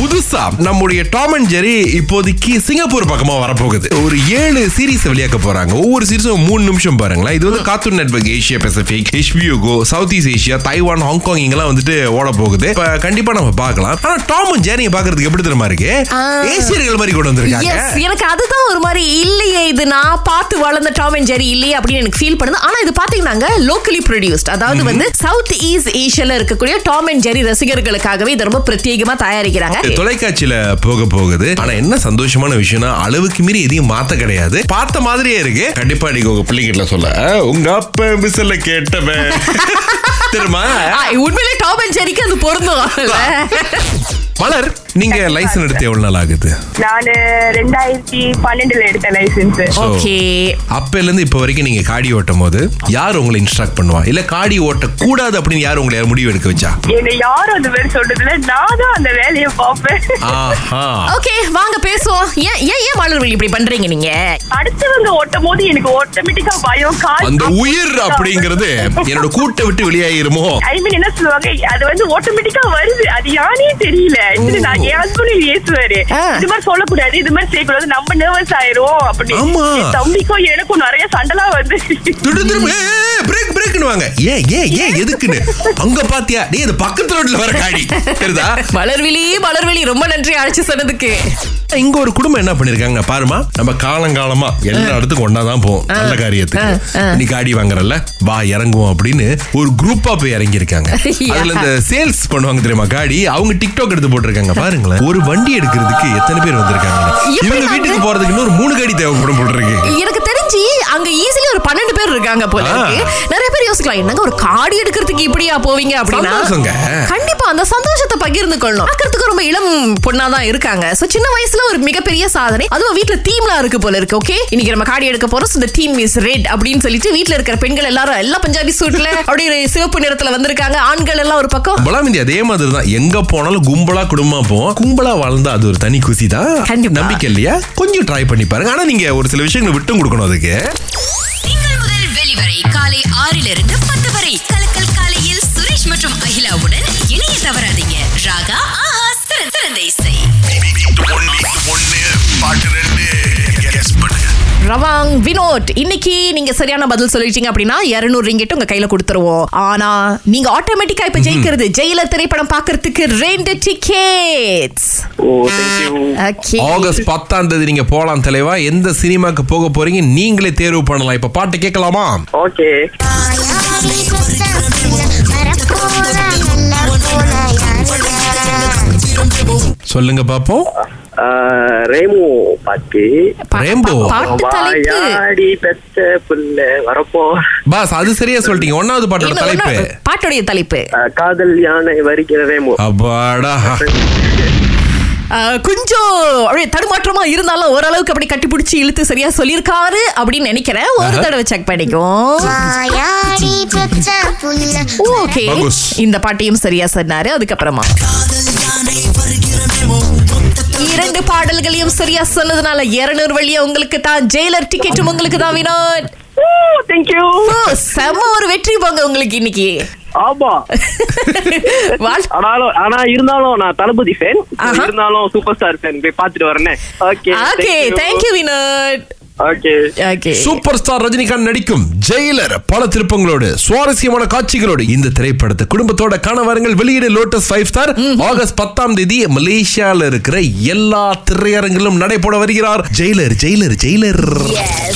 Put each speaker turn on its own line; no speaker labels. புதுசா நம்முடைய Tom and Jerry இப்போதைக்கு சிங்கப்பூர் பக்கமா வரப்போகுது ஒரு ஏழு சீரிஸ் வெளியாக்க போறாங்க ஒவ்வொரு சீரிஸும் மூணு நிமிஷம் பாருங்களேன் இது வந்து cartoon network Asia Pacific HBO go south east Asia Taiwan Hong Kong இங்கெல்லாம் வந்துட்டு ஓட போகுது இப்ப கண்டிப்பா நம்ம பார்க்கலாம் ஆனா டாம் அண்ட் ஜெரியை பாக்குறதுக்கு எப்படி தெரியுமா இருக்கு ஏசியர்கள் மாதிரி கொண்டு வந்திருக்காங்க
எஸ் எனக்கு அதுதான் ஒரு மாதிரி இல்லையே இது நான் பார்த்து வளர்ந்த டாம் அண்ட் ஜெரி இல்லையே அப்படின்னு எனக்கு ஃபீல் பண்ணுது ஆனா இது பாத்தீங்கன்னா லோக்கலி ப்ரொடியூஸ்ட் அதாவது வந்து சவுத் ஈஸ்ட் ஏஷியால இருக்கக்கூடிய டாம் அண்ட் ஜெரி ரசிகர்களுக்காகவே இது ரொம்ப பிரத்யேகமா தயாரிக்கிறாங்க
இது தொலைக்காட்சியில போக போகுது ஆனா என்ன சந்தோஷமான விஷயம்னா அளவுக்கு மீறி எதையும் மாத்த கிடையாது பார்த்த மாதிரியே இருக்கு கண்டிப்பா நீங்க உங்க பிள்ளைகிட்ட சொல்ல "அஹ், உங்க அப்ப விசில கேட்டவன் தெரியுமா
ஆ, உண்மையிலே டாம் அண்ட் ஜெரிக்கு அது பொருந்தும்
மலர் நீங்க லைசன் எடுத்து எவ்வளவு நாள் ஆகுது
நானு ரெண்டாயிரத்தி பன்னெண்டுல எடுத்த லைசன்ஸ்
So,
ஓகே
அப்பையில இருந்து இப்ப வரைக்கும் நீங்க காடி ஓட்டும் போது யார் உங்களை இன்ஸ்ட்ரக்ட் பண்ணுவா இல்ல காடி ஓட்ட கூடாது அப்படின்னு யார் உங்களை யார் முடிவு எடுக்க வச்சா
என்னை யாரும் அந்த மாதிரி சொல்றதுல நான் தான் அந்த வேலையை பார்ப்பேன்
ஆஹா
ஓகே வாங்க பேசுவோம் ஏன் ஏன் ஏன் மலர்வழி இப்படி பண்றீங்க நீங்க
அடுத்தவங்க ஓட்டும் போது எனக்கு ஆட்டோமேட்டிக்கா பயம் கால்
அந்த உயிர் அப்படிங்கறது என்னோட கூட்டை விட்டு வெளியாயிருமோ
ஐ மீன் என்ன சொல்லுவாங்க அது வந்து ஆட்டோமேட்டிக்கா வருது அது யானே தெரியல சரி, நான் என் ஹஸ்பண்ட் ஏசுவாரு
ஆ.
இது மாதிரி சொல்லக்கூடாது இது மாதிரி செய்யக்கூடாது நம்ம நர்வஸ் ஆயிரும்
ஆமா.
அப்படின்னு என் தம்பிக்கும் எனக்கும் நிறைய சண்டலா வந்து
திடுதிடுன்னு, ஏய், ஏய், break, breakன்னு வாங்க. ஏய், ஏய், ஏய், எதுக்குன்னு? அங்க பாத்தியா? டேய், இது பக்கத்து ரோட்ல வர காடி. தெரியுதா?
மலர்விழி மலர்விழி ரொம்ப நன்றி அழைச்சு சொன்னதுக்கு
இங்க ஒரு குடும்பம் என்ன பண்ணிருக்காங்க பாருமா நம்ம காலங்காலமா எல்லா இடத்துக்கும் ஒன்னாதான் போவோம் நல்ல காரியத்துக்கு
ஆ, ஆ.
நீ காடி வாங்குறல்ல வா இறங்குவோம் அப்படின்னு ஒரு குரூப்பா போய் இறங்கி இருக்காங்க
Yeah.
அதுல இந்த சேல்ஸ் பண்ணுவாங்க தெரியுமா காடி அவங்க டிக்டாக் எடுத்து போட்டிருக்காங்க பாருங்களேன் ஒரு வண்டி எடுக்கிறதுக்கு எத்தனை பேர் வந்திருக்காங்க
எப்படி
இவங்க
வந்து?
வீட்டுக்கு போறதுக்கு இன்னொரு மூணு காடி தேவைப்படும் போட்டிருக்கு
எனக்கு தெரிஞ்சு அங்க ஈஸிலி ஒரு பன்னெண்டு பேர் இருக்காங்க போல
ஆ.
இருக்கு நிறைய பேர் யோசிக்கலாம் என்னங்க ஒரு காடி எடுக்கிறதுக்கு இப்படியா போவீங்க அப்படின்னா
சந்தோஷங்க.
கண்டிப்பா அந்த சந்தோஷத்தை பகிர்ந்து கொள்ளணும் பாக்குறதுக்கு ரொம்ப இளம் பொண்ணா தான் இருக்காங்க சோ சின்ன வயசுல ஒரு மிகப்பெரிய சாதனை அதுவும் வீட்ல தீம்லாம் இருக்கு போல இருக்கு ஓகே இன்னைக்கு நம்ம காடி எடுக்க போறோம் so the theme is red அப்படின்னு சொல்லிட்டு வீட்ல இருக்கிற பெண்கள் எல்லாரும் எல்லா பஞ்சாபி சூட்ல அப்படியே சிவப்பு நிறத்துல வந்திருக்காங்க ஆண்கள் எல்லாம் ஒரு பக்கம்
கும்பலா மீதி அதே மாதிரி தான் எங்க போனாலும் கும்பலா குடும்பமா போவோம் கும்பலா வாழ்ந்தா அது ஒரு தனி குசி தான்
கண்டிப்பா.
நம்பிக்கை இல்லையா கொஞ்சம் ட்ரை பண்ணி பாருங்க ஆனா நீங்க ஒரு சில விஷயங்களை விட்டும் கொடுக்கணும் அதுக்கு
திங்கள் முதல் வெளிவரை காலை ஆறிலிருந்து பத்து வரை கலக்கல் காலையில் சுரேஷ் மற்றும் அகிலாவுடன் இணைய தவறாதீங்க ராகா ஆஹா சிறந்த சிறந்த இசை
ரவாங் வினோட் இன்னைக்கு நீங்க சரியான பதில் சொல்லிட்டீங்க அப்படின்னா 200 ரிங்கிட் உங்க கையில கொடுத்துருவோம் ஆனா நீங்க ஆட்டோமேட்டிக்கா இப்ப ஜெயிக்கிறது ஜெயிலர் திரைப்படம் பாக்குறதுக்கு ரெண்டு டிக்கெட்ஸ்
ஓ தேங்க்யூ
ஓகே
ஆகஸ்ட் பத்தாம் தேதி நீங்க போலாம் தலைவா எந்த சினிமாக்கு போக போறீங்க நீங்களே தேர்வு பண்ணலாம் இப்ப பாட்டு கேட்கலாமா
ஓகே
சொல்லுங்க பாப்போம்
ரேமு பாட்டு
Rainbow.
பாட்டு தலைப்பு
வாயாடி பெத்த புள்ள வரப்போ
பாஸ் அது சரியா சொல்லிட்டீங்க ஒன்னாவது பாட்டோட
இல்ல,
தலைப்பு
ஒண்ணு- பாட்டுடைய தலைப்பு
அஹ், காதல் யானை வருகிற ரேமு
அப்பாடா
அஹ், கொஞ்சம் அப்படியே தடுமாற்றமா இருந்தாலும் ஓரளவுக்கு அப்படி கட்டிப்பிடிச்சு இழுத்து சரியா சொல்லியிருக்காரு அப்படின்னு நினைக்கிறேன் ஒரு
ஆஹா.
தடவை செக் பண்ணிக்கும்
வாயாடி பெத்த புள்ள
ஓகே
பகுஸ்.
இந்த பாட்டையும் சரியா சொன்னாரு அதுக்கப்புறமா இரண்டு பாடல்களையும் சரியா சொன்னதுனால இருநூறு வழியா உங்களுக்கு தான் ஜெயிலர் டிக்கெட்டும் உங்களுக்கு தான் வினோத்
தேங்க்யூ
ஓ, செம ஒரு வெற்றி போங்க உங்களுக்கு இன்னைக்கு
ஆமா
வாழ்-
ஆனாலும் ஆனா இருந்தாலும் நான் தளபதி ஃபேன்
ஆஹா.
இருந்தாலும் சூப்பர் ஸ்டார் ஃபேன் போய் பாத்துட்டு வரேனே okay
okay thank you Vinod
okay
okay
super star Rajinikanth நடிக்கும் ஜெயிலர் பல திருப்பங்களோடு சுவாரஸ்யமான காட்சிகளோடு இந்த திரைப்படத்தை குடும்பத்தோட காண வாருங்கள் வெளியீடு லோட்டஸ் ஃபைவ் ஸ்டார் ஆகஸ்ட் பத்தாம் தேதி மலேசியால இருக்கிற எல்லா திரையரங்கிலும் நடைபெற வருகிறார் ஜெயிலர் ஜெயிலர் ஜெயிலர்